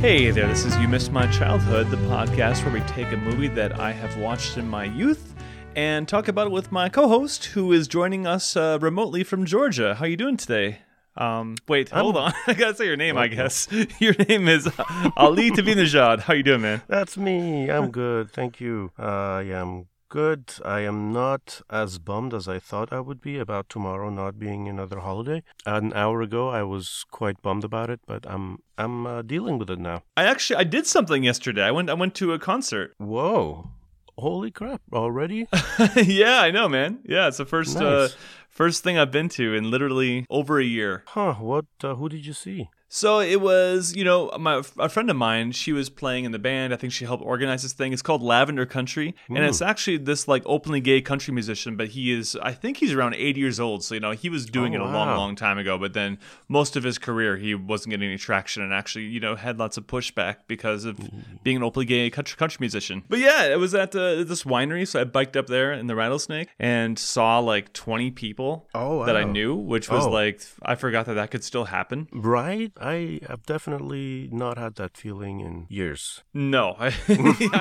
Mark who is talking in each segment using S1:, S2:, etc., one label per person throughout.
S1: Hey there, this is You Missed My Childhood, the podcast where we take a movie that I have watched in my youth and talk about it with my co-host who is joining us uh, remotely from Georgia. How are you doing today? Um, wait, hold on. I gotta say your name, I guess. Your name is uh, Ali Tabinajad. How you doing, man?
S2: That's me. I'm good. Thank you. I am good. I am not as bummed as I thought I would be about tomorrow not being another holiday. An hour ago, I was quite bummed about it, but I'm I'm uh, dealing with it now.
S1: I actually I did something yesterday. I went I went to a concert.
S2: Whoa. Holy crap. Already?
S1: yeah, I know, man. Yeah, it's the first uh,
S2: Nice.
S1: first thing I've been to in literally over a year.
S2: Huh, what uh, who did you see?
S1: So it was, you know, my a friend of mine. She was playing in the band. I think she helped organize this thing. It's called Lavender Country, and
S2: Hmm.
S1: it's actually this like openly gay country musician. But he is, I think he's around 80 years old. So you know, he was doing
S2: Oh,
S1: it a long,
S2: wow.
S1: long time ago. But then most of his career, he wasn't getting any traction, and actually, you know, had lots of pushback because of
S2: Hmm.
S1: being an openly gay country country musician. But yeah, it was at uh, this winery. So I biked up there in the rattlesnake and saw like 20 people
S2: Oh,
S1: that I
S2: wow.
S1: knew, which was
S2: Oh.
S1: like I forgot that that could still happen.
S2: Right? I have definitely not had that feeling in years.
S1: No, I,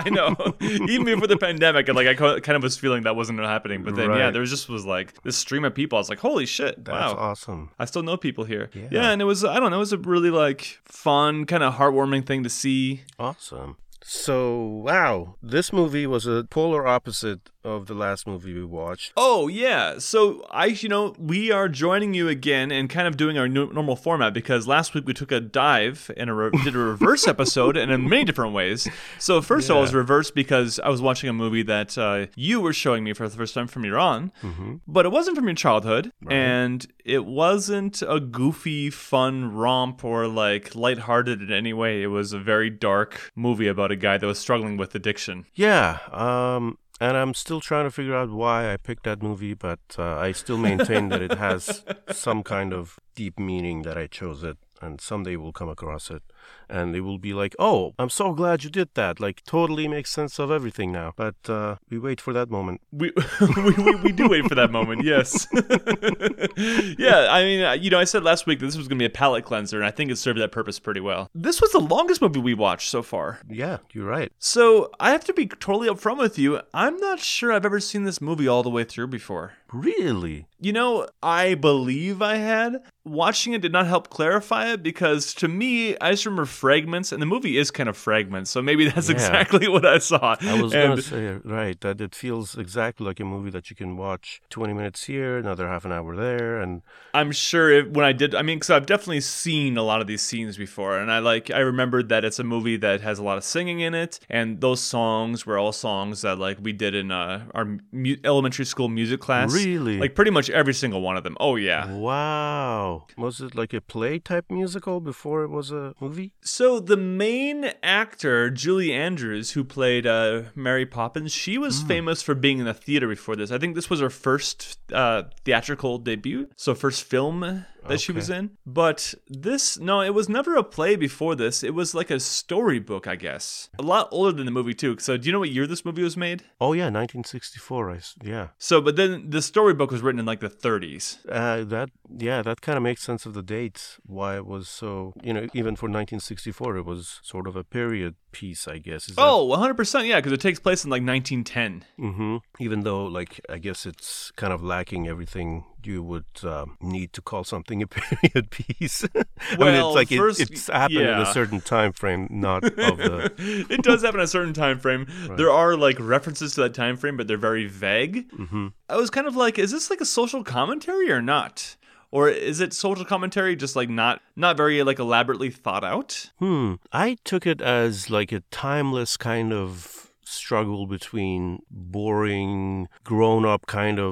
S1: I know. Even before the pandemic, and like I co- kind of was feeling that wasn't happening. But then, yeah,
S2: Right.
S1: there was just was like this stream of people. I was like, holy shit!
S2: That's
S1: wow,
S2: awesome.
S1: I still know people here. Yeah.
S2: Yeah.
S1: and it was I don't know. It was a really like fun, kind of heartwarming thing to see.
S2: Awesome. So, wow, this movie was a polar opposite of the last movie we watched.
S1: Oh yeah, so I you know we are joining you again and kind of doing our new, normal format because last week we took a dive and a re- did a reverse episode and in many different ways. So first of all, it was reverse because I was watching a movie that uh, you were showing me for the first time from Iran.
S2: Mm-hmm.
S1: but it wasn't from your childhood
S2: Right.
S1: and it wasn't a goofy fun romp or like lighthearted in any way it was a very dark movie about a guy that was struggling with addiction
S2: Yeah, um, and I'm still trying to figure out why I picked that movie, but uh, I still maintain that it has some kind of deep meaning that I chose it, and someday we'll come across it. And they will be like, oh, I'm so glad you did that. Like, totally makes sense of everything now. But uh, we wait for that moment.
S1: we we, we, we do wait for that moment yes yeah i mean uh, you know i said last week that this was going to be a palate cleanser and i think it served that purpose pretty well this was the longest movie we watched so far
S2: Yeah, you're right.
S1: so i have to be totally upfront with you i'm not sure i've ever seen this movie all the way through before
S2: Really?
S1: You know, I believe I had. Watching it did not help clarify it because to me, I just remember fragments, and the movie is kind of fragments, so maybe that's
S2: Yeah.
S1: exactly what I saw.
S2: I was
S1: and,
S2: going to say, right, that it feels exactly like a movie that you can watch 20 minutes here, another half an hour there, and
S1: I'm sure if, when I did, I mean, because I've definitely seen a lot of these scenes before, and I like I remembered that it's a movie that has a lot of singing in it, and those songs were all songs that like we did in uh, our mu- elementary school music class.
S2: Really?
S1: like pretty much every single one of them. Oh yeah.
S2: wow. Was it like a play type musical before it was a movie?
S1: So the main actor, Julie Andrews, who played uh, Mary Poppins, she
S2: Hmm.
S1: was famous for being in the theater before this. I think this was her first uh, theatrical debut, so first film that she was in. But this, no, it was never a play before this. It was like a storybook, I guess. A lot older than the movie too. So do you know what year this movie was made?
S2: Oh, yeah, 1964. I s yeah.
S1: So, but then the storybook was written in like the 30s.
S2: Uh, that yeah, that kind of makes sense of the dates. Why it was so you know even for 1964, it was sort of a period piece, I guess. Is that-
S1: Oh, 100%, yeah, because it takes place in like 1910.
S2: hmm Even though, like, I guess it's kind of lacking everything you would um, need to call something a period piece. I mean,
S1: Well,
S2: it's like it-
S1: first-
S2: it's happened at
S1: yeah.
S2: a certain time frame, not of the.
S1: it does happen in a certain time frame. There are like references to that time frame, but they're very vague. Mm-hmm. I was kind of like, is this like a social commentary or not? Or is it social commentary just like not not very like elaborately thought out?
S2: Hmm. I took it as like a timeless kind of struggle between boring, grown up kind of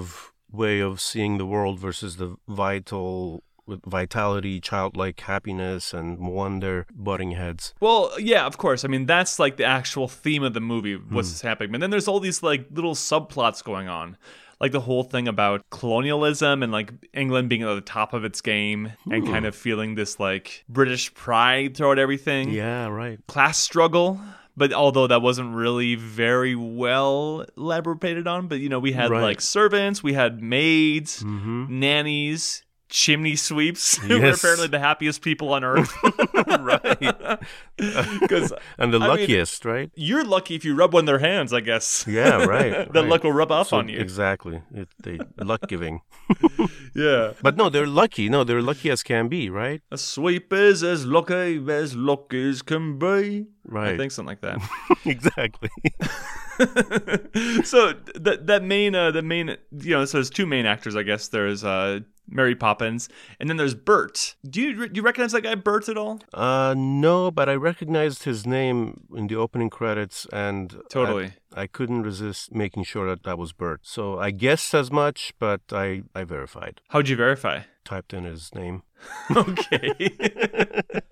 S2: way of seeing the world versus the vital. With vitality, childlike happiness, and wonder butting heads.
S1: Well, yeah, of course. I mean, that's like the actual theme of the movie, what's happening. And then there's all these like little subplots going on. Like the whole thing about colonialism and like England being at the top of its game and kind of feeling this like British pride throughout everything.
S2: Yeah, right.
S1: class struggle but although that wasn't really very well elaborated on but you know we had
S2: Right.
S1: like servants we had maids
S2: Mm-hmm.
S1: nannies chimney sweeps who were
S2: Yes.
S1: apparently the happiest people on earth.
S2: right.
S1: Because
S2: And the
S1: I mean-
S2: luckiest, right?
S1: you're lucky if you rub one of their hands, I guess.
S2: Yeah, right.
S1: the
S2: right.
S1: luck will rub off
S2: So-
S1: on you.
S2: Exactly. It, they luck giving.
S1: Yeah.
S2: But no, they're lucky. No, they're lucky as can be, right?
S1: A sweep is as lucky as luck as can be.
S2: Right.
S1: I think something like that.
S2: exactly.
S1: so th- that that main uh, the main you know so there's two main actors I guess there's uh Mary Poppins and then there's Bert. Do you do you recognize that guy Bert at all?
S2: Uh, no, but I recognized his name in the opening credits, and I-
S1: Totally.
S2: I, couldn't resist making sure that that was Bert. So I guessed as much, but I I verified.
S1: How'd you verify?
S2: Typed in his name,
S1: okay.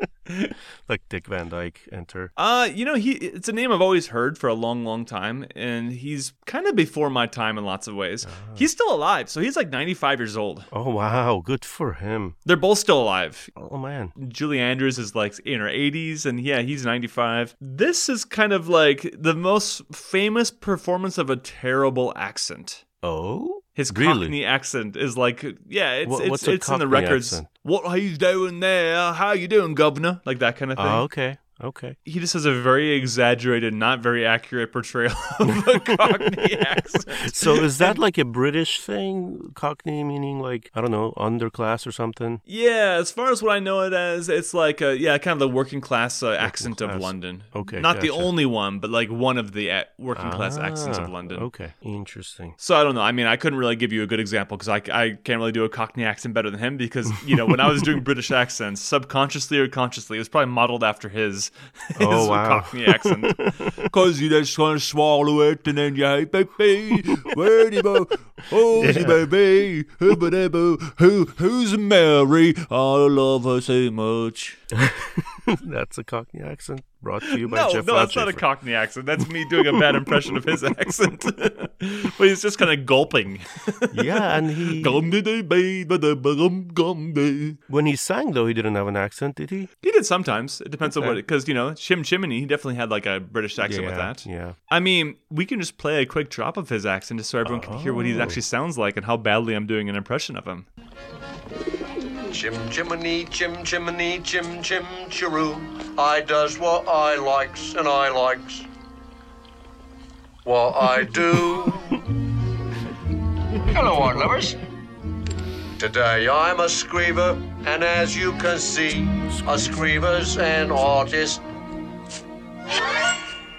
S2: like Dick Van Dyke. Enter.
S1: uh, you know he it's a name I've always heard for a long long time and he's kind of before my time in lots of ways. He's still alive. So he's like 95 years old.
S2: Oh wow, good for him.
S1: They're both still alive.
S2: Oh man.
S1: Julie Andrews is like in her 80s, and yeah, he's 95. This is kind of like the most famous performance of a terrible accent.
S2: Oh,
S1: His
S2: Really?
S1: Cockney accent is like, yeah, it's
S2: Wha-
S1: it's,
S2: what's a
S1: it's in the
S2: Cockney
S1: records.
S2: accent?
S1: What are you doing there? How you doing, governor? Like that kind of thing.
S2: Ah, okay, okay.
S1: He just has a very exaggerated, not very accurate portrayal of a Cockney accent.
S2: So is that like a British thing? Cockney meaning like I don't know, underclass or something.
S1: Yeah, as far as what I know it as, it's like a, yeah, kind of the working class uh, accent
S2: class.
S1: of London.
S2: Okay,
S1: not the
S2: gotcha.
S1: only one, but like one of the uh, working class accents of
S2: Ah,
S1: London.
S2: Okay, interesting.
S1: So I don't know. I mean, I couldn't really give you a good example because I, I can't really do a Cockney accent better than him because you know when I was doing British accents, subconsciously or consciously, it was probably modeled after his, his
S2: Oh, wow.
S1: Cockney accent. Cause you just gonna swallow it and then you hey baby, where do you go? Oh, you baby, who ba da boo, who who's Mary? I love her so much.
S2: That's a Cockney accent brought to you by
S1: No,
S2: Jeff
S1: no, that's not a
S2: Ratcliffe.
S1: Cockney accent. That's me doing a bad impression of his accent. but he's just kind of gulping.
S2: Yeah, and he
S1: He
S2: when he sang though he didn't have an accent, did he?
S1: did sometimes. It depends on
S2: Okay.
S1: what, because you know, Shim Chimney, he definitely had like a British accent
S2: yeah,
S1: with that.
S2: Yeah.
S1: I mean, we can just play a quick drop of his accent just so everyone can hear what he
S2: Oh.
S1: actually sounds like and how badly I'm doing an impression of him.
S3: Chim chimney, chim chimney, chim chim chiroo. I does what I likes and I likes what I do. Hello, art lovers. Today I'm a scriver, and as you can see, a scriver's an artist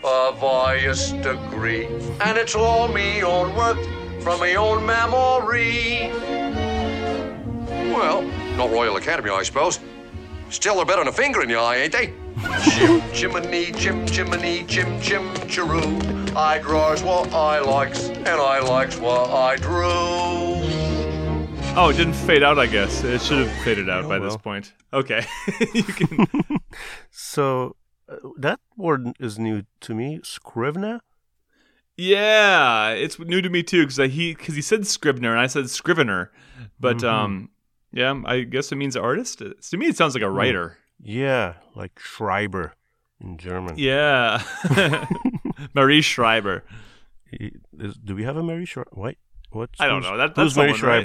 S3: of highest degree. And it's all me own work from me own memory. Well, not Royal Academy, I suppose. Still, they're better than a finger in your eye, ain't they? Jim, Jiminy, Jim, Jiminy, Jim, Jim, Chiroo. I draws what I likes, and I likes what I drew.
S1: Oh, it didn't fade out, I guess. It should have faded out by this
S2: Oh, well.
S1: point. Okay. you can.
S2: So uh, that word is new to me, Scrivener.
S1: Yeah, it's new to me too because he because he said Scribner and I said Scrivener,
S2: Mm-hmm.
S1: but um, yeah, I guess it means artist. It's- to me, it sounds
S2: Hmm.
S1: like a writer.
S2: Yeah, like Schreiber in German.
S1: Yeah, Marie Schreiber.
S2: He- is- do we have a Mary Schreiber? What? What?
S1: I don't know. That, that's
S2: who's Mary
S1: someone, right?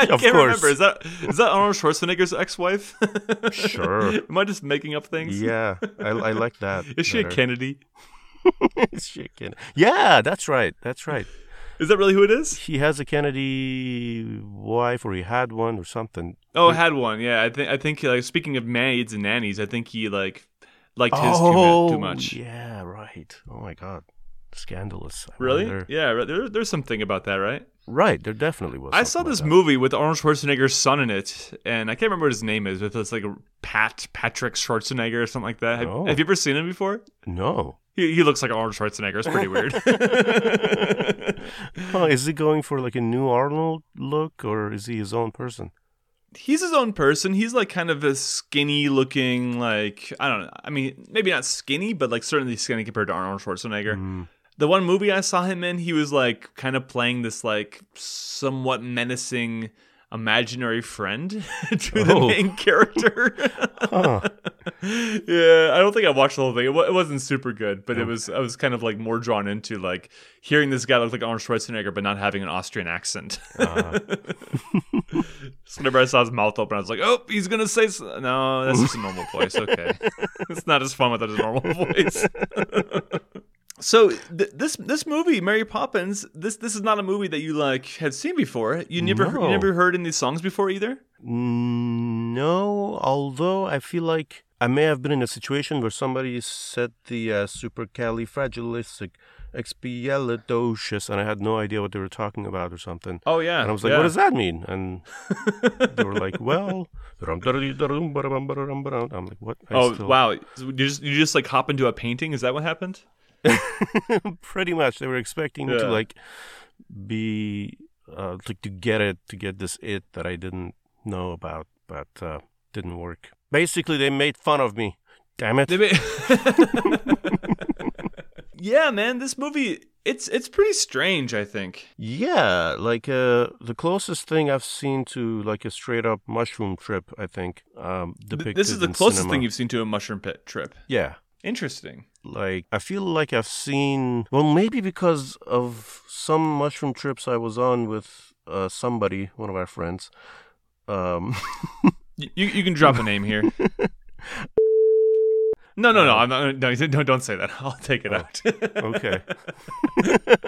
S1: I
S2: Of
S1: can't
S2: course.
S1: remember. Is that is that Arnold Schwarzenegger's ex-wife?
S2: Sure.
S1: Am I just making up things?
S2: Yeah, I, I like that.
S1: Is she a
S2: better.
S1: Kennedy?
S2: Is she a Kennedy? Yeah, that's right. That's right.
S1: Is that really who it is?
S2: He has a Kennedy wife, or he had one, or something.
S1: Oh, had one. Yeah, I think I think like speaking of maids and nannies, I think he like liked his too ma-
S2: oh,
S1: too much.
S2: Yeah, right. Oh my God, scandalous. I
S1: Really?
S2: wonder-
S1: Yeah, right. there, there's something about that, right?
S2: Right. There definitely was.
S1: I
S2: something
S1: saw
S2: like
S1: this
S2: that.
S1: movie with Arnold Schwarzenegger's son in it, and I can't remember what his name is, but it's like Pat Patrick Schwarzenegger or something like that. Have,
S2: Oh.
S1: have you ever seen him before?
S2: No.
S1: He, he looks like Arnold Schwarzenegger. It's pretty weird.
S2: Oh, is he going for like a new Arnold look, or is he his own person?
S1: He's his own person. He's like kind of a skinny looking, like I don't know. I mean, maybe not skinny, but like certainly skinny compared to Arnold Schwarzenegger.
S2: Hmm.
S1: The one movie I saw him in, he was like kind of playing this like somewhat menacing imaginary friend to the
S2: Oh.
S1: main character.
S2: Huh.
S1: yeah, I don't think I watched the whole thing. It, wa- it wasn't super good, but it was. I was kind of like more drawn into like hearing this guy look like Arnold Schwarzenegger, but not having an Austrian accent. so whenever I saw his mouth open, I was like, "Oh, he's gonna say s no." That's just a normal voice. Okay, it's not as fun without his normal voice. So th- this this movie, Mary Poppins, this this is not a movie that you like had seen before. You never heard- you
S2: No.
S1: never heard any songs before either.
S2: No, although I feel like I may have been in a situation where somebody said the uh, supercalifragilistic expialidocious, and I had no idea what they were talking about or something.
S1: Oh yeah,
S2: And I was like,
S1: yeah.
S2: what does that mean? And they were like, well, I'm like, what? I
S1: Oh
S2: still-
S1: wow! So You just you just like hop into a painting. Is that what happened?
S2: Pretty much. They were expecting me
S1: Yeah.
S2: to like be, uh, like to get it, to get this it that I didn't know about, but uh, didn't work. Basically, they made fun of me. Damn it.
S1: They ma- yeah, man, this movie it's it's pretty strange. I think.
S2: Yeah, like uh, the closest thing I've seen to like a straight up mushroom trip, I think. Um,
S1: Th-
S2: depicted
S1: This is the
S2: in
S1: closest
S2: cinema.
S1: thing you've seen to a mushroom pit trip.
S2: Yeah,
S1: Interesting.
S2: like I feel like I've seen. Well, maybe because of some mushroom trips I was on with uh, somebody, one of our friends. Um,
S1: Y- You you can drop a name here. No, no,
S2: Uh,
S1: no! I'm not. No, don't don't say that. I'll take
S2: oh,
S1: it out.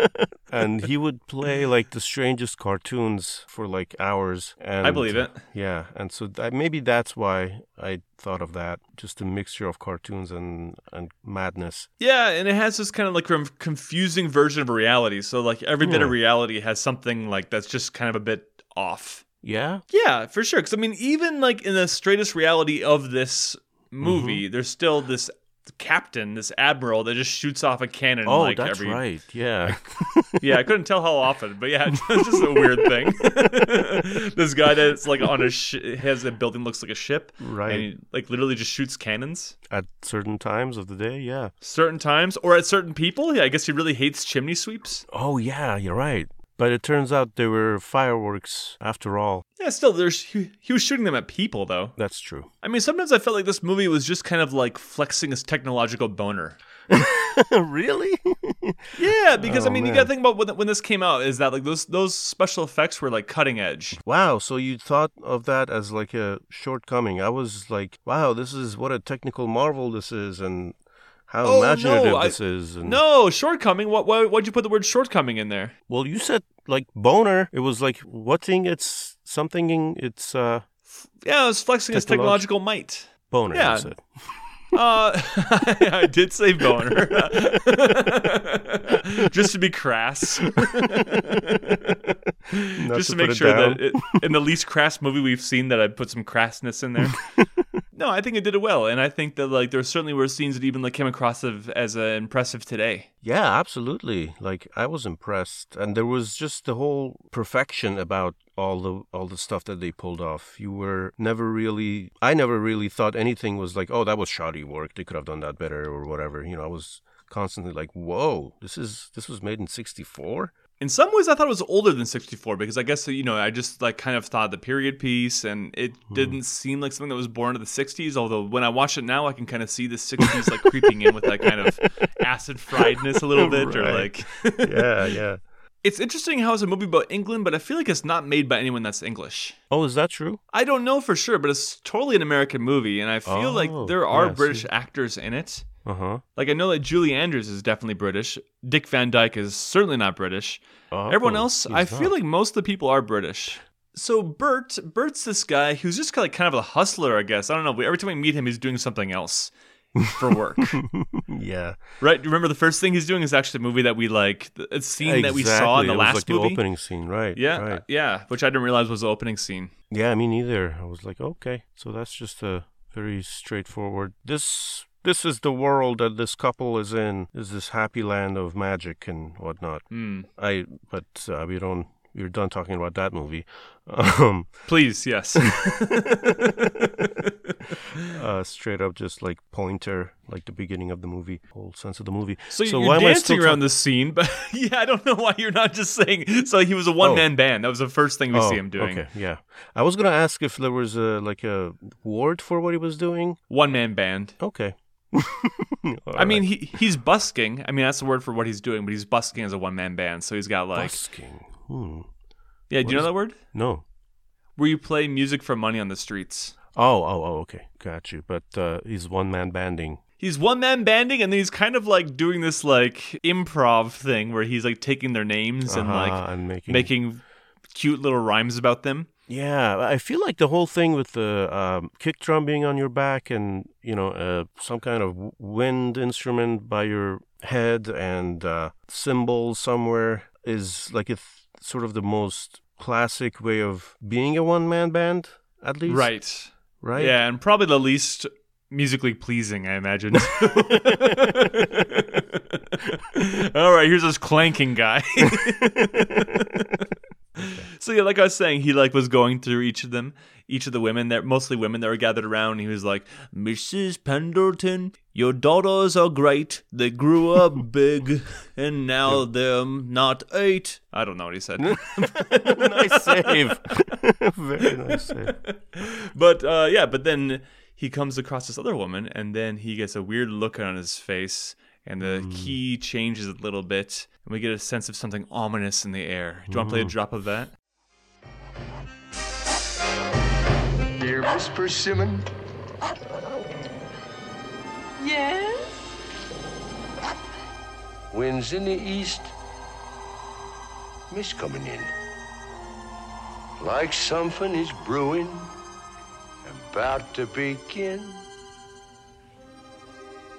S2: okay. and he would play like the strangest cartoons for like hours. And
S1: I believe it.
S2: Yeah, and so th- maybe that's why I thought of that. Just a mixture of cartoons and and madness.
S1: Yeah, and it has this kind of like com- confusing version of reality. So like every bit of
S2: Yeah.
S1: reality has something like that's just kind of a bit off.
S2: Yeah.
S1: Yeah, for sure. Because I mean, even like in the straightest reality of this movie,
S2: Mm-hmm.
S1: there's still this captain, this admiral that just shoots off a cannon.
S2: Oh,
S1: like,
S2: that's
S1: every...
S2: right. Yeah.
S1: Yeah, I couldn't tell how often, but yeah, it's just a weird thing. this guy that's like on a sh- has a building looks like a ship,
S2: Right.
S1: And he, like literally just shoots cannons
S2: At certain times of the day. Yeah.
S1: certain times or at certain people. Yeah, I guess he really hates chimney sweeps.
S2: Oh, yeah. You're right. But it turns out there were fireworks after all.
S1: Yeah, still there's he, he was shooting them at people though.
S2: That's true.
S1: I mean, sometimes I felt like this movie was just kind of like flexing his technological boner.
S2: really?
S1: Yeah, because I
S2: Oh,
S1: mean, you
S2: man.
S1: got to think about when, when this came out is that like those those special effects were like cutting edge.
S2: wow. So you thought of that as like a shortcoming. I was like, wow, this is what a technical marvel this is, and how
S1: Oh,
S2: imaginative
S1: no, I-
S2: this is. And,
S1: No shortcoming. What why why'd you put the word shortcoming in there?
S2: Well, you said like boner. It was like what thing? It's something. in- It's uh
S1: Yeah, it was flexing his
S2: Technolog-
S1: technological might.
S2: boner.
S1: Yeah.
S2: That's it.
S1: Uh, I did say boner, just to be crass,
S2: Not
S1: just to
S2: put
S1: make
S2: it
S1: sure
S2: down.
S1: that it, in the least crass movie we've seen that I put some crassness in there. no, I think it did it well, and I think that like there certainly were scenes that even like came across of, as uh, impressive today.
S2: Yeah, absolutely. Like I was impressed, and there was just the whole perfection about all the all the stuff that they pulled off. You were never really. I never really thought anything was like, oh, that was shoddy work. They could have done that better or whatever. You know, I was constantly like, whoa, this is this was made in '64.
S1: In some ways, I thought it was older than 64 because I guess, you know, I just like kind of thought the period piece and it
S2: Hmm.
S1: didn't seem like something that was born in the 60s. Although when I watch it now, I can kind of see the 60s like creeping in with that kind of acid friedness a little bit. Or
S2: Right.
S1: like,
S2: Yeah, yeah.
S1: it's interesting how it's a movie about England, but I feel like it's not made by anyone that's English.
S2: Oh, is that true?
S1: I don't know for sure, but it's totally an American movie. And I feel like
S2: Oh,
S1: there are
S2: yeah, I see.
S1: British actors in it.
S2: Uh huh.
S1: Like, I know that Julie Andrews is definitely British, Dick Van Dyke is certainly not British.
S2: Oh,
S1: Everyone else, I feel like most of the people are British. So Bert, Bert's this guy who's just like kind of a hustler, I guess. I don't know. Every time we meet him, he's doing something else for work,
S2: yeah.
S1: right? You Remember the first thing he's doing is actually a movie that we like, a scene that we saw in the
S2: Exactly. It was
S1: last
S2: like
S1: movie.
S2: the opening scene, right?
S1: yeah, uh,
S2: right.
S1: yeah, which I didn't realize was the opening scene.
S2: Yeah, me neither. I was like, okay, so that's just a very straightforward. This this is the world that this couple is in. Is this happy land of magic and whatnot?
S1: Hmm.
S2: I but uh, we don't we were done talking about that movie. Um,
S1: Please, yes.
S2: uh, straight up, just like Pointer, like the beginning of the movie, whole sense of the movie.
S1: So, you're dancing around this scene, but yeah, I don't know why you're not just saying. So he was a one man band. That was the first thing we see him doing.
S2: Oh. Okay, yeah. I was gonna ask if there was a like a ward for what he was doing.
S1: One man band.
S2: Okay.
S1: I mean, he he's busking. I mean, that's the word for what he's doing, but he's busking as a one man band. So he's got like,
S2: busking. Hmm.
S1: yeah. Do you know that word?
S2: No.
S1: Where you play music for money on the streets.
S2: Oh, oh, oh. Okay, got you. But uh, he's one man banding.
S1: He's one man banding, and then he's kind of like doing this like improv thing where he's like taking their names and
S2: Uh-huh,
S1: like
S2: and making
S1: making cute little rhymes about them.
S2: Yeah, I feel like the whole thing with the um, kick drum being on your back and you know uh, some kind of w- wind instrument by your head and uh, cymbal somewhere is like a th- sort of the most classic way of being a one man band at least.
S1: Right.
S2: Right.
S1: Yeah, and probably the least musically pleasing, I imagine. All right, here's this clanking guy. So yeah, like I was saying, he like was going through each of them, each of the women that mostly women that were gathered around. And he was like, "Mrs. Pendleton, your daughters are great. They grew up big, and now they're not eight. I don't know what he said.
S2: nice save. Very nice save.
S1: But uh, yeah, but then he comes across this other woman, and then he gets a weird look on his face, and the
S2: Mm.
S1: key changes a little bit, and we get a sense of something ominous in the air. Do you want to play
S2: Mm.
S1: a drop of that?
S3: Dear Miss Persimmon,
S4: Yes?
S3: winds in the east, mist coming in. Like something is brewing, about to begin.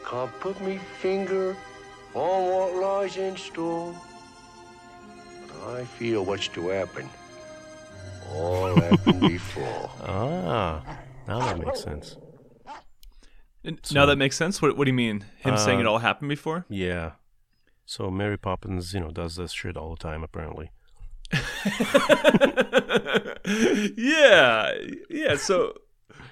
S3: Can't put me finger on what lies in store, but I feel what's to happen. All happened before.
S2: Ah, now that makes sense.
S1: And now that makes sense. What, what do you mean? Him saying
S2: Uh.
S1: it all happened before?
S2: Yeah. So Mary Poppins, you know, does this shit all the time apparently.
S1: Yeah, yeah. So.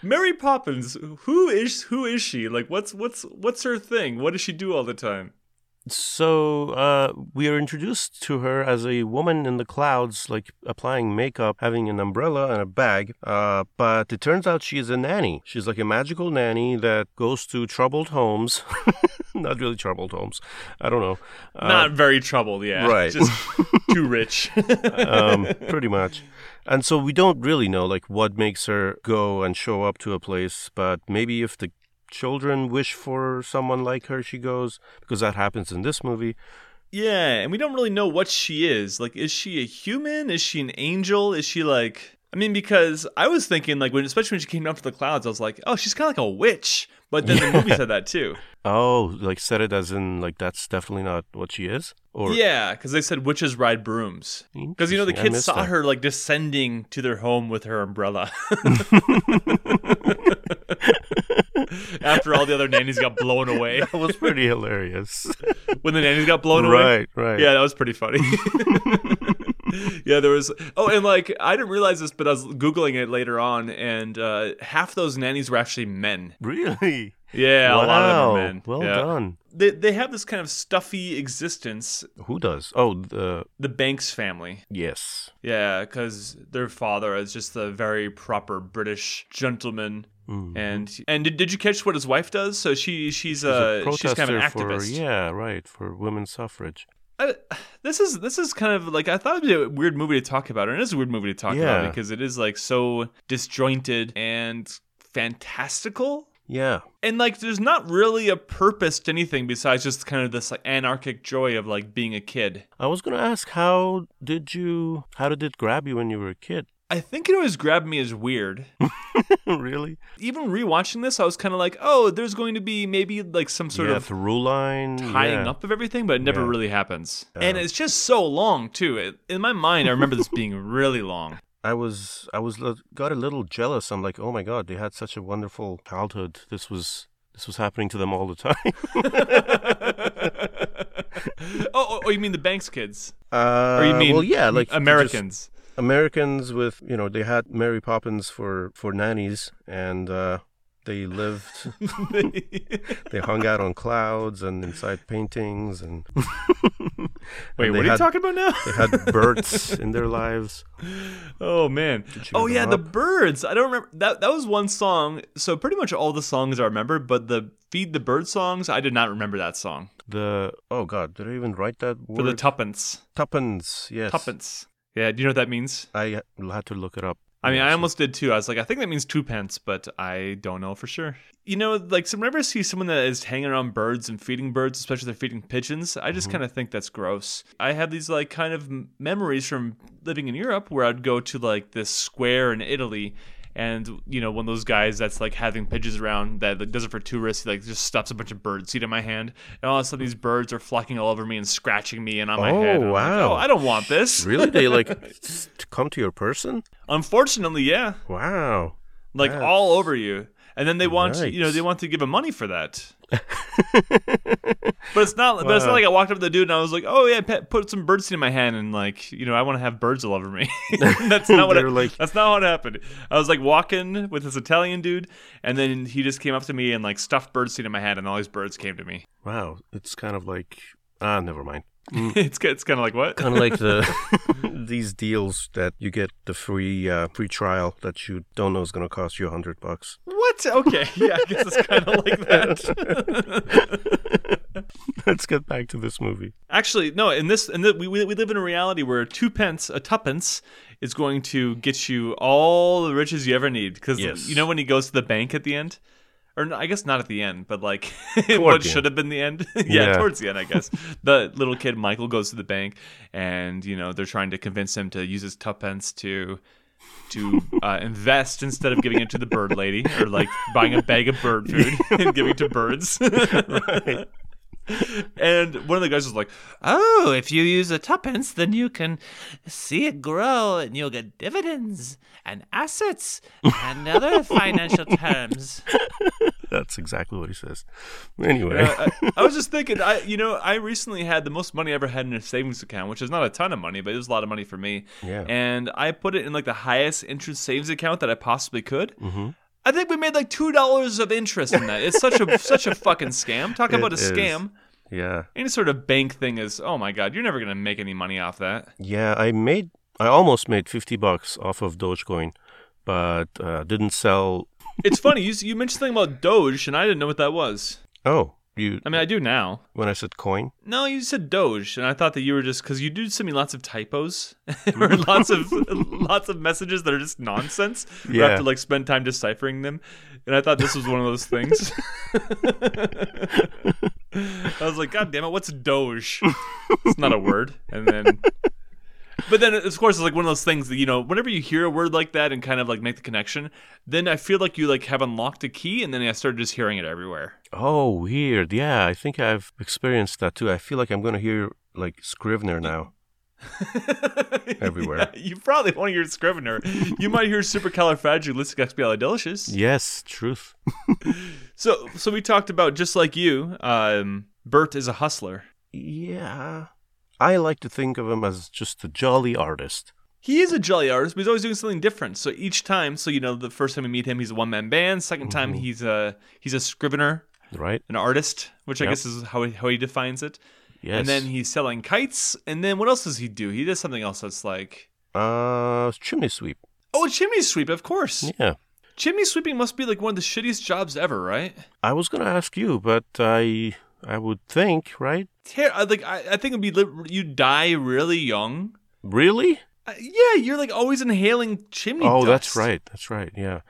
S1: Mary Poppins, who is who is she? Like, what's what's what's her thing? What does she do all the time?
S2: So uh, we are introduced to her as a woman in the clouds, like applying makeup, having an umbrella and a bag. Uh, but it turns out she is a nanny. She's like a magical nanny that goes to troubled homes. Not really troubled homes. I don't know. Uh,
S1: Not very troubled, yeah.
S2: right.
S1: just too rich.
S2: um, pretty much. And so we don't really know like what makes her go and show up to a place, but maybe if the children wish for someone like her, she goes because that happens in this movie.
S1: Yeah, and we don't really know what she is. Like, is she a human? Is she an angel? Is she like? I mean, because I was thinking, like, when especially when she came up to the clouds, I was like, oh, she's kind of like a witch. But then the movie said that too.
S2: Oh, like said it as in like that's definitely not what she is, or
S1: Yeah, because they said witches ride brooms. Because you know the
S2: Interesting, I
S1: kids
S2: missed
S1: saw
S2: that.
S1: her like descending to their home with her umbrella. After all the other nannies got blown away,
S2: that was pretty hilarious.
S1: when the nannies got blown away,
S2: right, right.
S1: Yeah, that was pretty funny. yeah, there was. Oh, and like I didn't realize this, but I was googling it later on, and uh, half those nannies were actually men.
S2: really.
S1: Yeah,
S2: wow.
S1: a lot of them are men.
S2: Well
S1: Yeah.
S2: done.
S1: They they have this kind of stuffy existence.
S2: Who does? Oh, the
S1: The Banks family,
S2: yes.
S1: yeah, because their father is just the very proper British gentleman.
S2: Mm. Mm-hmm.
S1: And and did, did you catch what his wife does? So she she's uh, she's, kind of an
S2: for
S1: activist.
S2: yeah, right for women's suffrage.
S1: I, this is this is kind of like I thought it'd be a weird movie to talk about, and it is a weird movie to talk
S2: Yeah.
S1: about because it is like so disjointed and fantastical,
S2: Yeah,
S1: and like there's not really a purpose to anything besides just kind of this like anarchic joy of like being a kid.
S2: I was gonna ask how did you how did it grab you when you were a kid?
S1: I think it always grabbed me as weird.
S2: really?
S1: Even rewatching this, I was kind of like, oh, there's going to be maybe like some sort
S2: yeah,
S1: of
S2: through line
S1: tying
S2: yeah.
S1: up of everything, but it never
S2: Yeah.
S1: really happens. and it's just so long too. It, in my mind, I remember this being really long.
S2: I was I was li- got a little jealous. I'm like, oh my god, they had such a wonderful childhood. This was this was happening to them all the time.
S1: oh, oh, you mean the Banks kids?
S2: Uh,
S1: Or you mean
S2: well, yeah, like just
S1: Americans?
S2: Americans with you know they had Mary Poppins for for nannies and uh, they lived they hung out on clouds and inside paintings and
S1: Wait, what are you talking about now?
S2: They had birds in their lives.
S1: Oh man.
S2: cheer
S1: Oh
S2: them
S1: yeah, the
S2: up.
S1: birds. I don't remember that that was one song. So pretty much all the songs I remember, but the Feed the Bird songs, I did not remember that song.
S2: The oh god, did I even write that word?
S1: For the tuppence.
S2: tuppence, yes.
S1: Tuppence. Yeah, do you know what that means?
S2: I had to look it up.
S1: I mean,
S2: Yeah,
S1: I
S2: so-
S1: almost did too. I was like, I think that means two pence, but I don't know for sure. You know, like, so whenever I see someone that is hanging around birds and feeding birds, especially if they're feeding pigeons, I
S2: Mm-hmm.
S1: just kind of think that's gross. I have these, like, kind of m- memories from living in Europe where I'd go to, like, this square in Italy. And you know, one of those guys that's like having pigeons around that like, does it for tourists. He like just stuffs a bunch of bird seed in my hand, and all of a sudden these birds are flocking all over me and scratching me and on my
S2: Oh,
S1: head. I'm like,
S2: wow.
S1: oh, I don't want this.
S2: really they like s- come to your person?
S1: Unfortunately, yeah.
S2: Wow.
S1: like
S2: That's-
S1: all over you and then they want you know
S2: Yikes.
S1: they want to give him money for that but it's not but it's not
S2: Wow.
S1: like i walked up to the dude and i was like oh yeah pet, put some birdseed in my hand and like you know i want to have birds all over me that's not what I,
S2: They're like-
S1: that's not what happened i was like walking with this italian dude and then he just came up to me and like stuffed birdseed in my hand and all these birds came to me
S2: Wow. It's kind of like ah, never mind.
S1: it's, it's kind of like what
S2: kind of like the these deals that you get the free uh, free trial that you don't know is going to cost you a hundred bucks.
S1: what okay yeah i guess it's kind of like that
S2: Let's get back to this movie.
S1: Actually, no. In this, in the, we we we live in a reality where two pence, a tuppence, is going to get you all the riches you ever need. Because
S2: Yes.
S1: you know when he goes to the bank at the end, or no, I guess not at the end, but like
S2: Toward
S1: what
S2: the
S1: should have been the end. yeah,
S2: Yeah.
S1: towards the end, I guess. the little kid Michael goes to the bank, and you know they're trying to convince him to use his tuppence to. To uh, invest instead of giving it to the bird lady, or like buying a bag of bird food and giving it to birds. And one of the guys was like, "Oh, if you use a tuppence, then you can see it grow, and you'll get dividends and assets and other financial terms."
S2: That's exactly what he says. Anyway,
S1: I, I was just thinking, I you know, I recently had the most money I ever had in a savings account, which is not a ton of money, but it was a lot of money for me.
S2: Yeah.
S1: And I put it in like the highest interest savings account that I possibly could. Mm-hmm. I think we made like two dollars of interest in that. It's such a such a fucking scam. Talk about a
S2: is.
S1: scam.
S2: yeah,
S1: any sort of bank thing is oh my god you're never going to make any money off that
S2: yeah. I made I almost made fifty bucks off of Dogecoin, but uh, didn't sell.
S1: it's funny you, you mentioned something about doge and i didn't know what that was
S2: Oh, you
S1: i mean i do now
S2: when I said coin.
S1: no you said doge and i thought that you were just because you do send me lots of typos or lots of lots of messages that are just nonsense where i
S2: Yeah.
S1: have to like spend time deciphering them and i thought this was one of those things I was like, God damn it, what's Doge? it's not a word. And then, but then, of course, it's like one of those things that you know, whenever you hear a word like that and kind of like make the connection, then I feel like you like have unlocked a key, and then I started just hearing it everywhere.
S2: Oh, weird. Yeah, I think I've experienced that too. I feel like I'm going to hear like Scrivener now. Everywhere.
S1: Yeah, you probably want to hear Scrivener. You might hear supercalifragilisticexpialidocious.
S2: Yes, truth.
S1: So, so we talked about just like you, um, Bert is a hustler.
S2: Yeah. I like to think of him as just a jolly artist.
S1: He is a jolly artist, but he's always doing something different. So each time, so you know, the first time we meet him, he's a one man band. 2nd
S2: Mm-hmm.
S1: time, he's a he's a scrivener,
S2: Right?
S1: an artist, which I
S2: Yep.
S1: guess is how he, how he defines it.
S2: Yes.
S1: And then he's selling kites. And then what else does he do? He does something else that's like
S2: uh chimney sweep.
S1: oh, a chimney sweep, of course.
S2: Yeah.
S1: Chimney sweeping must be like one of the shittiest jobs ever, right?
S2: I was going to ask you, but I I would think, right?
S1: Ter- I- like I, I think it'd be li- you die really young.
S2: Really?
S1: Uh, yeah, you're like always inhaling chimney.
S2: oh, that's
S1: dust.
S2: right. That's right. Yeah.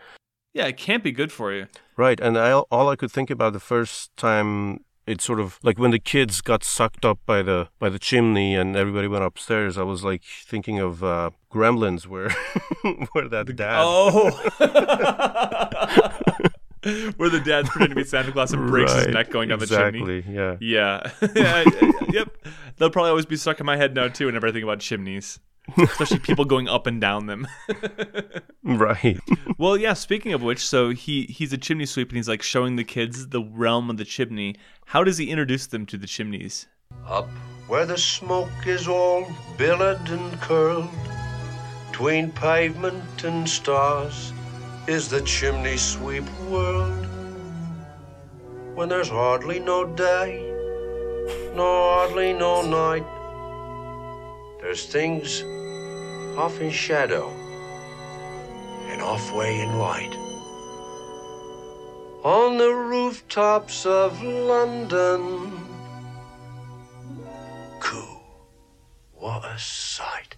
S1: Yeah, it can't be good for you.
S2: Right. And I all I could think about the first time it sort of like when the kids got sucked up by the by the chimney and everybody went upstairs. I was like thinking of uh, Gremlins, where where that dad.
S1: Oh. Where the dad's pretending to be Santa Claus and breaks his
S2: Right,
S1: neck going down the chimney.
S2: Exactly. Yeah.
S1: Yeah. Yeah, I- I- yep. They'll probably always be stuck in my head now, too, whenever I think about chimneys, especially people going up and down them.
S2: Right.
S1: well, yeah, speaking of which, so he he's a chimney sweep and he's like showing the kids the realm of the chimney. How does he introduce them to the chimneys?
S3: Up where the smoke is all billowed and curled, tween pavement and stars, is the chimney sweep world. When there's hardly no day, no hardly no night, there's things half in shadow and halfway in light. On the rooftops of London. Cool. What a sight.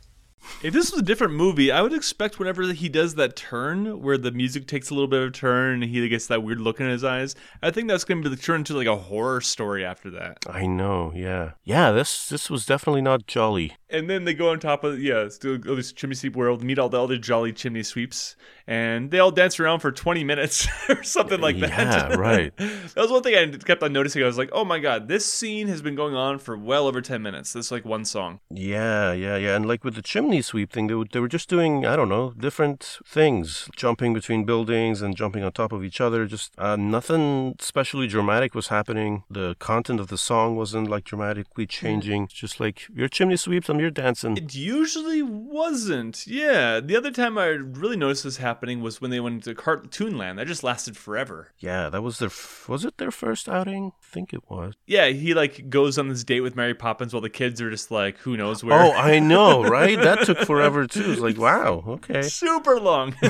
S1: If this was a different movie, I would expect whenever he does that turn where the music takes a little bit of a turn and he gets that weird look in his eyes, I think that's going to be turned into like a horror story after that.
S2: I know, yeah. Yeah, this this was definitely not jolly.
S1: And then they go on top of yeah, it's the all this chimney sweep world, meet all the other jolly chimney sweeps, and they all dance around for twenty minutes or something like that.
S2: Yeah, right.
S1: that was one thing I kept on noticing. I was like, oh my god, this scene has been going on for well over ten minutes. This like one song.
S2: Yeah, yeah, yeah. And like with the chimney sweep thing, they were, they were just doing, I don't know, different things, jumping between buildings and jumping on top of each other. Just uh, nothing especially dramatic was happening. The content of the song wasn't like dramatically changing. It's Just like your chimney sweeps and you're dancing.
S1: Hmm. It usually wasn't. Yeah. The other time I really noticed this happening was when they went to Cartoon Land. That just lasted forever.
S2: yeah, that was their, f- was it their first outing? I think it was.
S1: Yeah, he like goes on this date with Mary Poppins while the kids are just like, who knows where.
S2: Oh, I know, right? That took forever too. It's like, wow, okay.
S1: super long.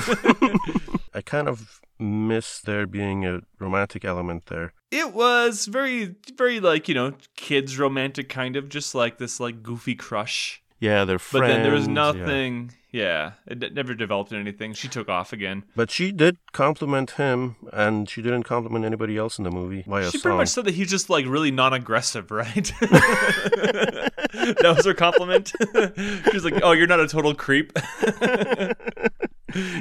S2: I kind of miss there being a romantic element there.
S1: it was very, very like, you know, kids romantic kind of, just like this like goofy crush.
S2: Yeah, they're
S1: But
S2: friends.
S1: then there was
S2: yeah.
S1: nothing. Yeah, it d- never developed into anything. She took off again.
S2: But she did compliment him, and she didn't compliment anybody else in the movie by a
S1: She
S2: song.
S1: pretty much said that he's just like really non-aggressive, right? that was her compliment. She's like, "Oh, you're not a total creep.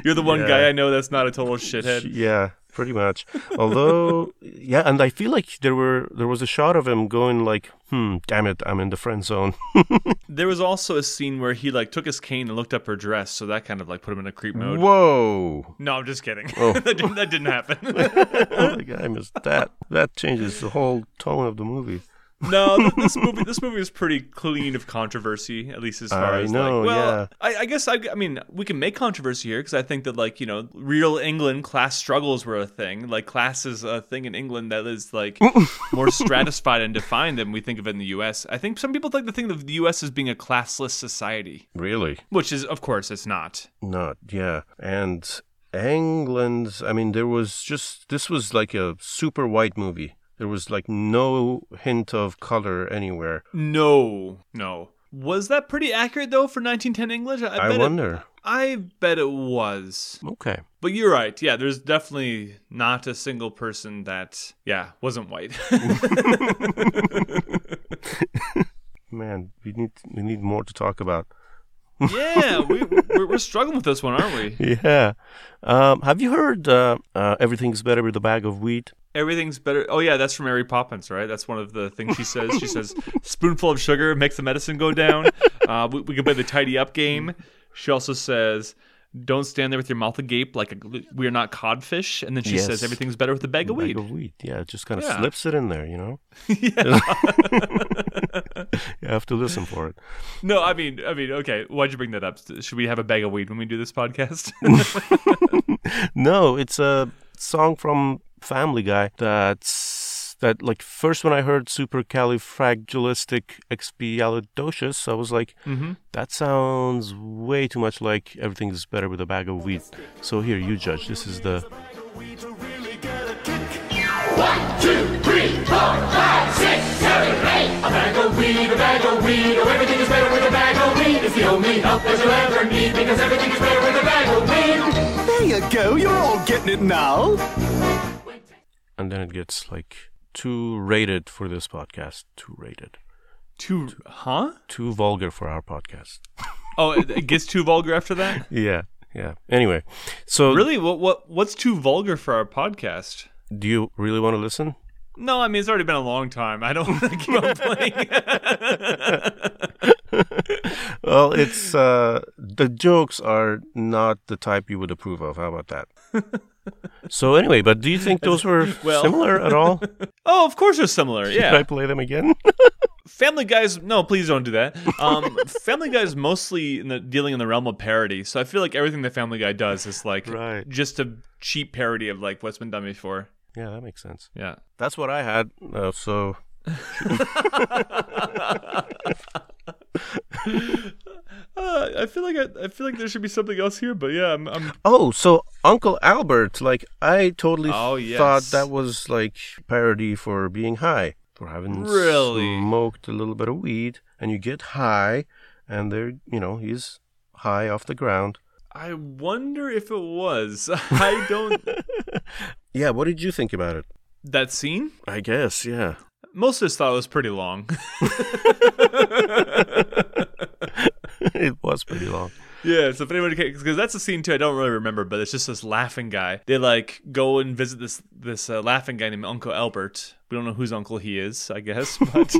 S1: you're the one
S2: Yeah.
S1: guy I know that's not a total shithead."
S2: yeah, pretty much. Although, yeah, and I feel like there were there was a shot of him going like, "Hmm, damn it, I'm in the friend zone."
S1: There was also a scene where he like took his cane and looked up her dress, so that kind of like put him in a creep mode.
S2: Whoa!
S1: No, I'm just kidding. that, didn't, that didn't happen.
S2: Oh my god, I missed that. That changes the whole tone of the movie.
S1: no, th- this movie this movie is pretty clean of controversy, at least as far
S2: I
S1: as
S2: know,
S1: like. Well,
S2: yeah.
S1: I, I guess I, I mean we can make controversy here because I think that like you know real England class struggles were a thing. Like class is a thing in England that is like more stratified and defined than we think of it in the U.S. I think some people think the thing of the U.S. as being a classless society,
S2: Really?
S1: which is of course it's not.
S2: not yeah and england i mean there was just this was like a super white movie there was like no hint of color anywhere
S1: No, no. Was that pretty accurate though for 1910 English?
S2: i,
S1: bet it-
S2: wonder
S1: I bet it was.
S2: okay
S1: But you're right. Yeah, there's definitely not a single person that, yeah, wasn't white.
S2: man we need we need more to talk about
S1: yeah, we, we're, we're struggling with this one, aren't we?
S2: yeah um, have you heard uh, uh, everything's better with a bag of wheat
S1: Everything's better. Oh, yeah, that's from Mary Poppins, right? That's one of the things she says. She says, spoonful of sugar makes the medicine go down. Uh, we, we can play the tidy up game. She also says, don't stand there with your mouth agape like a, we're not codfish. And then she
S2: Yes.
S1: says, everything's better with a bag of
S2: bag
S1: weed.
S2: of wheat yeah it just kind of
S1: Yeah.
S2: slips it in there you know you have to listen for it
S1: No, I mean, I mean, okay. Why'd you bring that up? Should we have a bag of weed when we do this podcast?
S2: No, it's a song from Family Guy that's that like first when I heard supercalifragilisticexpialidocious, I was like, that sounds way too much like everything's better with a bag of wheat. So here, you judge. This is the
S5: One, two, three, four, five, six, seven, eight. A bag of weed, a bag of weed. Oh, everything is better with a bag of weed. It's the only help that you'll ever need because everything is better with a bag of weed.
S6: There you go, you're all getting it now.
S2: and then it gets like too rated for this podcast. Too rated.
S1: Too, huh?
S2: Too vulgar for our podcast.
S1: Oh, it, it gets too vulgar after that.
S2: Yeah. Yeah. Anyway, so
S1: Really? What? What? What's too vulgar for our podcast?
S2: do you really want to listen?
S1: No, I mean it's already been a long time. I don't want to keep on playing.
S2: Well, it's uh, the jokes are not the type you would approve of. How about that? so anyway, but do you think those were
S1: Well-
S2: similar at all?
S1: oh, of course they're similar.
S2: Should I
S1: Yeah.
S2: play them again?
S1: Family Guy's no, please don't do that. Um, Family Guy's mostly in the, dealing in the realm of parody, so I feel like everything that Family Guy does is like
S2: Right.
S1: just a cheap parody of like what's been done before.
S2: Yeah, that makes sense.
S1: Yeah.
S2: That's what I had. Uh, so
S1: Uh, I feel like I, I feel like there should be something else here, but yeah, I'm, I'm
S2: oh, so Uncle Albert. Like I totally
S1: Oh,
S2: thought
S1: yes.
S2: that was like parody for being high, for having
S1: Really?
S2: smoked a little bit of weed, and you get high, and there, you know, he's high off the ground.
S1: I wonder if it was. I don't
S2: Yeah. What did you think about it?
S1: that scene.
S2: I guess. Yeah.
S1: Most of us thought it was pretty long.
S2: it was pretty long.
S1: Yeah, so if anybody because that's a scene too, I don't really remember, but it's just this laughing guy. They like go and visit this this uh, laughing guy named Uncle Albert. We don't know whose uncle he is, I guess, but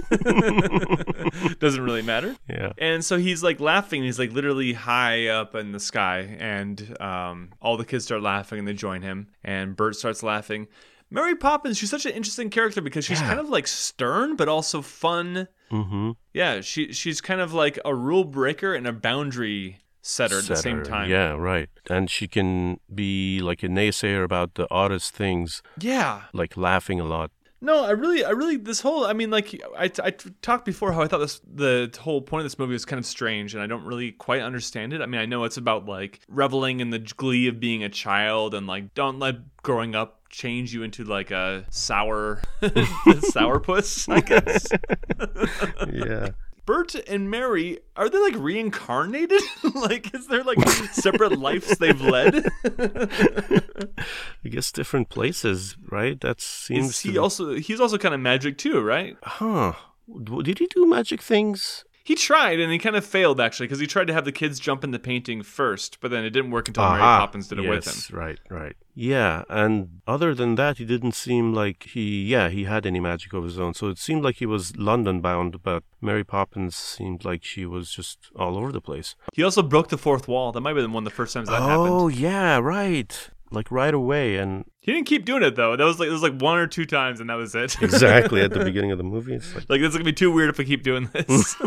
S1: doesn't really matter.
S2: Yeah.
S1: And so he's like laughing. He's like literally high up in the sky, and um, all the kids start laughing and they join him. And Bert starts laughing. Mary Poppins, she's such an interesting character because she's kind of like stern but also fun.
S2: Mm-hmm.
S1: Yeah, she she's kind of like a rule breaker and a boundary setter at the same
S2: Setter,
S1: time.
S2: Yeah, right. And she can be like a naysayer about the oddest things,
S1: Yeah.
S2: like laughing a lot.
S1: No, I really, I really, this whole, I mean, like, I, I talked before how I thought this, the whole point of this movie was kind of strange, and I don't really quite understand it. I mean, I know it's about, like, reveling in the glee of being a child and, like, don't let growing up change you into, like, a sour, sourpuss, I guess.
S2: Yeah.
S1: Bert and Mary, are they, like, reincarnated? like, is there, like, separate lives they've led?
S2: I guess different places, right? That seems.
S1: Is
S2: to
S1: he
S2: be-
S1: also, he's also kind of magic, too, right?
S2: Huh. W- Did he do magic things?
S1: He tried and he kind of failed actually because he tried to have the kids jump in the painting first, but then it didn't work until Mary
S2: Aha.
S1: Poppins did it with him.
S2: Yes, Right, right. Yeah, and other than that, he didn't seem like he. Yeah, he had any magic of his own. So it seemed like he was London bound, but Mary Poppins seemed like she was just all over the place.
S1: He also broke the fourth wall. That might have been one of the first times that
S2: oh
S1: happened.
S2: yeah, right. Like right away, and
S1: He didn't keep doing it though. That was like it was like one or two times, and that was it.
S2: exactly at the beginning of the movie. It's like
S1: like this is gonna be too weird if we keep doing this.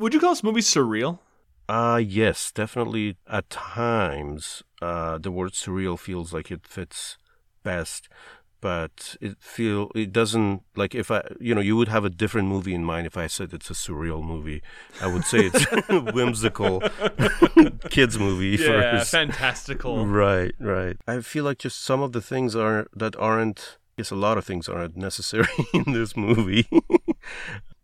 S1: Would you call this movie surreal?
S2: Uh yes, definitely at times uh the word surreal feels like it fits best, but it feel it doesn't like if I you know, you would have a different movie in mind if I said it's a surreal movie. I would say it's whimsical kids movie
S1: Yeah,
S2: first.
S1: fantastical.
S2: Right, right. I feel like just some of the things are that aren't. I guess a lot of things aren't necessary in this movie.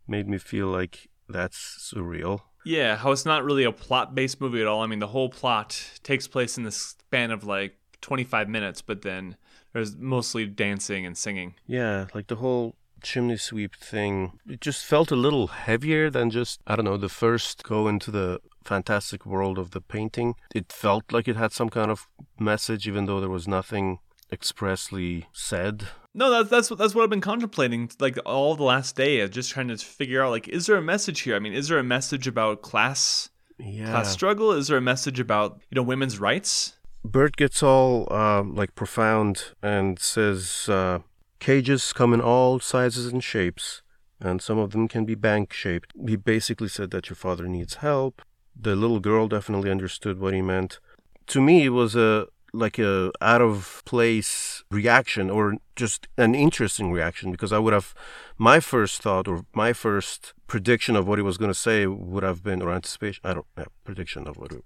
S2: Made me feel like that's surreal.
S1: Yeah, how it's not really a plot-based movie at all. I mean, the whole plot takes place in the span of like 25 minutes, but then there's mostly dancing and singing.
S2: Yeah, like the whole chimney sweep thing. It just felt a little heavier than just I don't know the first go into the fantastic world of the painting. It felt like it had some kind of message, even though there was nothing expressly said.
S1: No, that's that's what that's what I've been contemplating like all the last day of just trying to figure out like is there a message here? I mean, is there a message about class
S2: Yeah.
S1: class struggle? Is there a message about you know women's rights?
S2: Bert gets all um, like profound and says, uh, "Cages come in all sizes and shapes, and some of them can be bank shaped." He basically said that your father needs help. The little girl definitely understood what he meant. To me, it was a like a out of place reaction or just an interesting reaction because I would have my first thought or my first prediction of what he was going to say would have been or anticipation I don't yeah, prediction of what it-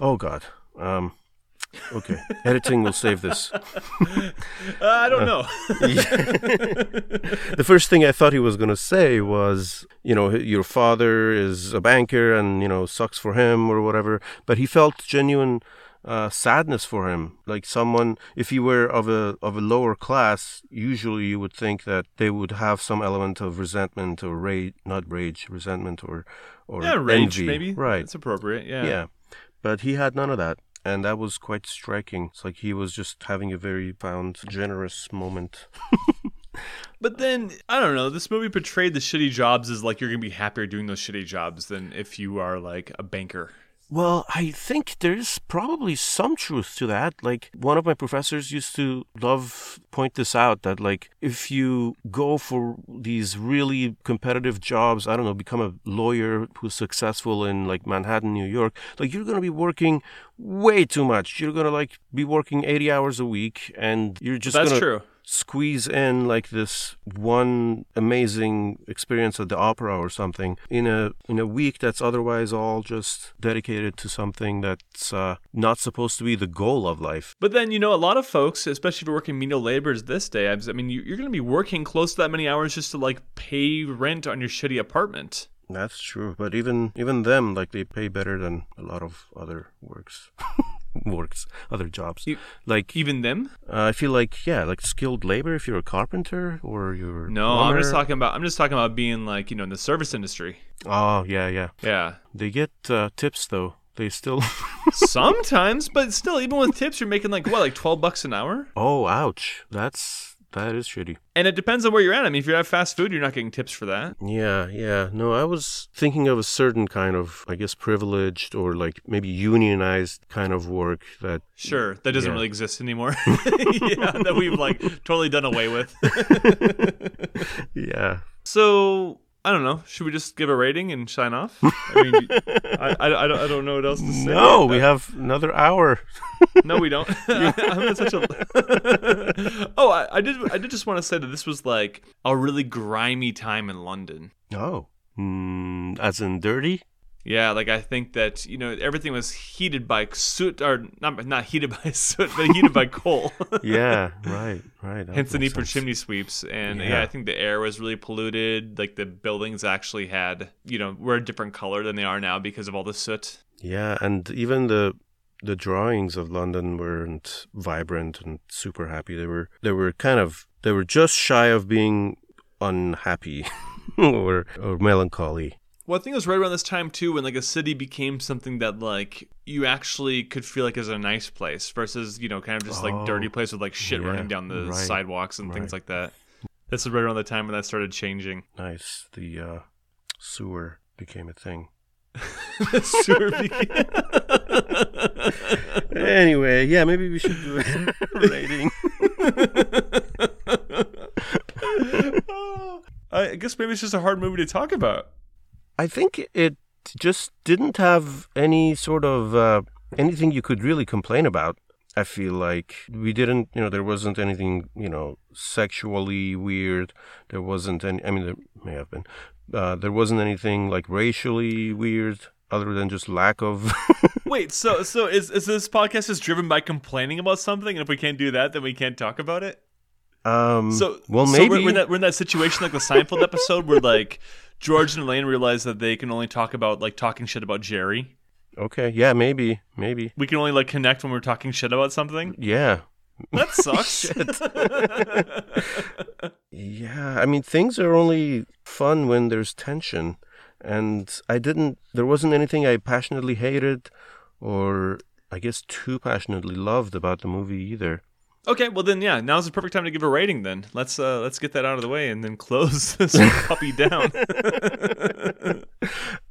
S2: oh god um Okay, editing will save this.
S1: Uh, I don't know.
S2: The first thing I thought he was going to say was, you know, your father is a banker and, you know, sucks for him or whatever. But he felt genuine uh, sadness for him. Like someone, if he were of a, of a lower class, usually you would think that they would have some element of resentment or rage, not rage, resentment or, or
S1: yeah, rage
S2: envy.
S1: maybe.
S2: Right.
S1: it's appropriate. Yeah.
S2: Yeah. But he had none of that. And that was quite striking. It's like he was just having a very found, generous moment.
S1: But then I don't know. This movie portrayed the shitty jobs as like you're gonna be happier doing those shitty jobs than if you are like a banker.
S2: Well, I think there's probably some truth to that. Like, one of my professors used to love point this out that, like, if you go for these really competitive jobs, I don't know, become a lawyer who's successful in, like, Manhattan, New York, like, you're going to be working way too much. You're going to, like, be working 80 hours a week, and you're just
S1: That's
S2: gonna
S1: true.
S2: squeeze in like this one amazing experience at the opera or something in a in a week that's otherwise all just dedicated to something that's uh, not supposed to be the goal of life.
S1: But then, you know, a lot of folks, especially if you're working menial labors this day, I was- I mean, you- you're going to be working close to that many hours just to like pay rent on your shitty apartment.
S2: That's true, but even even them like they pay better than a lot of other works. works other jobs
S1: You-
S2: like uh,
S1: Even them?
S2: i feel like yeah like skilled labor if you're a carpenter or you're a
S1: No, I'm just
S2: plumber.
S1: talking about I'm just talking about being like, you know, in the service industry.
S2: oh yeah yeah
S1: Yeah.
S2: they get uh, tips though they still
S1: Sometimes, but still even with tips you're making like what, like 12 bucks an hour?
S2: Oh, ouch. That's that is shitty.
S1: And it depends on where you're at. I mean, if you're at fast food, you're not getting tips for that.
S2: Yeah, yeah. No, I was thinking of a certain kind of, I guess, privileged or like maybe unionized kind of work that
S1: Sure, that doesn't
S2: Yeah.
S1: really exist anymore. yeah, that we've like totally done away with.
S2: yeah.
S1: So I don't know. Should we just give a rating and sign off? I mean, I, I, I don't, I don't know what else to say. Uh,
S2: No, we have another hour.
S1: No, we don't. I'm such a. oh, I, I did. I did just want to say that this was like a really grimy time in London.
S2: Oh. Mm, as in dirty?
S1: Yeah, like I think that you know everything was heated by soot, or not not heated by soot, but heated by coal.
S2: Yeah, right, right. that
S1: Hence the need
S2: makes
S1: for
S2: sense.
S1: chimney sweeps. And yeah.
S2: Yeah.
S1: I think the air was really polluted. Like the buildings actually had, you know, were a different color than they are now because of all the soot.
S2: Yeah, and even the the drawings of London weren't vibrant and super happy. They were they were kind of they were just shy of being unhappy or or melancholy.
S1: Well, I think it was right around this time too when like a city became something that like you actually could feel like is a nice place versus, you know, kind of just like
S2: Oh,
S1: dirty place with like shit
S2: yeah,
S1: running down the
S2: right,
S1: sidewalks and things
S2: right.
S1: like that. This is right around the time when that started changing.
S2: Nice. The uh, sewer became a thing.
S1: Sewer began-
S2: Anyway, yeah, maybe we should do a rating.
S1: I guess maybe it's just a hard movie to talk about.
S2: I think it just didn't have any sort of uh, anything you could really complain about. I feel like we didn't, you know, there wasn't anything, you know, sexually weird. There wasn't any, I mean, there may have been. Uh, there wasn't anything like racially weird other than just lack of.
S1: Wait, so so is, is this podcast is driven by complaining about something, and if we can't do that, then we can't talk about it.
S2: um,
S1: So
S2: well,
S1: so
S2: maybe.
S1: we're, we're in that we're in that situation like the Seinfeld episode where like George and Elaine realize that they can only talk about like talking shit about Jerry.
S2: okay. Yeah, maybe. Maybe.
S1: We can only like connect when we're talking shit about something.
S2: Yeah.
S1: That sucks.
S2: Yeah, I mean things are only fun when there's tension, and I didn't. There wasn't anything I passionately hated, or I guess too passionately loved about the movie either.
S1: okay, well then yeah, now's the perfect time to give a rating. Then let's uh let's get that out of the way and then close this puppy down.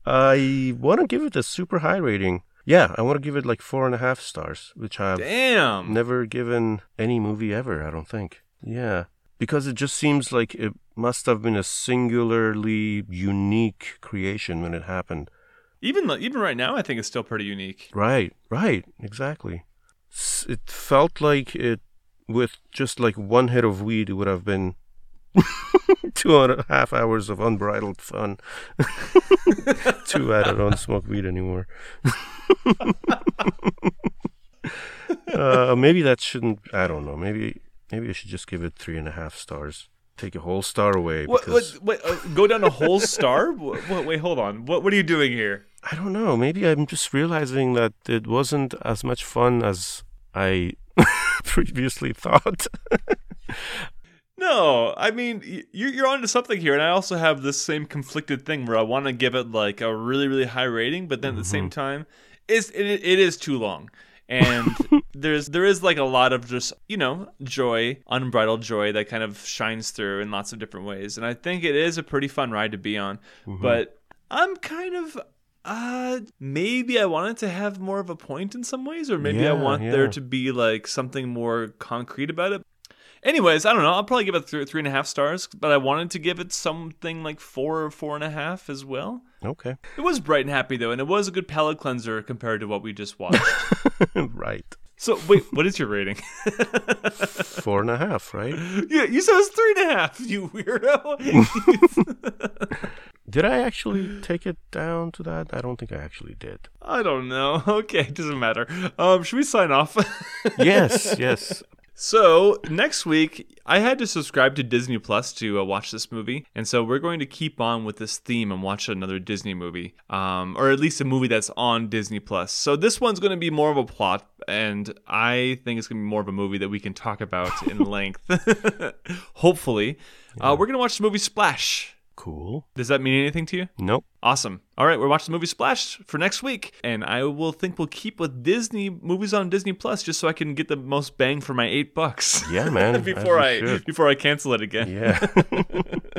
S2: I want to give it a super high rating. Yeah, I want to give it like four and a half stars, which I've
S1: Damn.
S2: never given any movie ever. I don't think. Yeah, because it just seems like it must have been a singularly unique creation when it happened.
S1: Even even right now, I think it's still pretty unique.
S2: Right, right, exactly. S- It felt like it, with just like one hit of weed, it would have been two and a half hours of unbridled fun. Too bad I don't smoke weed anymore. uh, maybe that shouldn't. I don't know. Maybe maybe I should just give it three and a half stars. Take a whole star away
S1: What,
S2: because
S1: what, what, uh, go down a whole star? what, what, wait, hold on. What, what are you doing here?
S2: I don't know. Maybe I'm just realizing that it wasn't as much fun as I previously thought.
S1: No, I mean y- you're you're onto something here, and I also have this same conflicted thing where I want to give it like a really really high rating, but then at the same time, it's it, it is too long, and there's there is like a lot of just you know joy, unbridled joy that kind of shines through in
S2: Mm-hmm.
S1: lots of different ways, and I think it is a pretty fun ride to be on, but I'm kind of uh, maybe I wanted to have more of a point in some ways, or maybe I
S2: Yeah,
S1: want
S2: yeah.
S1: there to be like something more concrete about it. Anyways, I don't know. I'll probably give it th- three and a half stars, but I wanted to give it something like four or four and a half as well.
S2: Okay.
S1: It was bright and happy though, and it was a good palate cleanser compared to what we just watched.
S2: right.
S1: so wait, what is your rating?
S2: Four and a half, right?
S1: yeah, you said it was three and a half. You weirdo.
S2: Did I actually take it down to that? I don't think I actually did.
S1: I don't know. Okay, it doesn't matter. Um, should we sign off?
S2: Yes, yes.
S1: So next week, I had to subscribe to Disney Plus to uh, watch this movie, and so we're going to keep on with this theme and watch another Disney movie, um, or at least a movie that's on Disney Plus. So this one's going to be more of a plot, and I think it's going to be more of a movie that we can talk about in length. Hopefully, uh, we're going to watch the movie Splash.
S2: Cool.
S1: Does that mean anything to you?
S2: Nope.
S1: Awesome. All right, we're watching the movie Splash for next week, and I will think we'll keep with Disney movies on Disney Plus just so I can get the most bang for my eight bucks.
S2: Yeah, man.
S1: before I
S2: as we should.
S1: before I cancel it again.
S2: Yeah.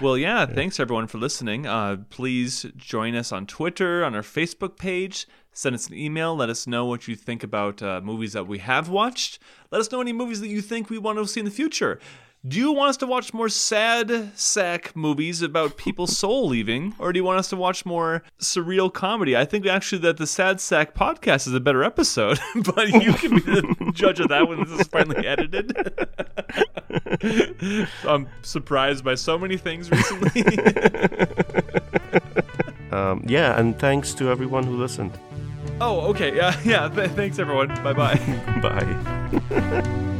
S1: Well, yeah. Thanks everyone for listening. Uh, please join us on Twitter, on our Facebook page. Send us an email. Let us know what you think about uh, movies that we have watched. Let us know any movies that you think we want to see in the future. Do you want us to watch more sad sack movies about people's soul leaving, or do you want us to watch more surreal comedy? I think actually that the sad sack podcast is a better episode, but you can be the judge of that when this is finally edited. I'm surprised by so many things recently.
S2: um, yeah, and thanks to everyone who listened.
S1: oh, okay. Yeah, yeah. Th- thanks, everyone. Bye bye.
S2: Bye.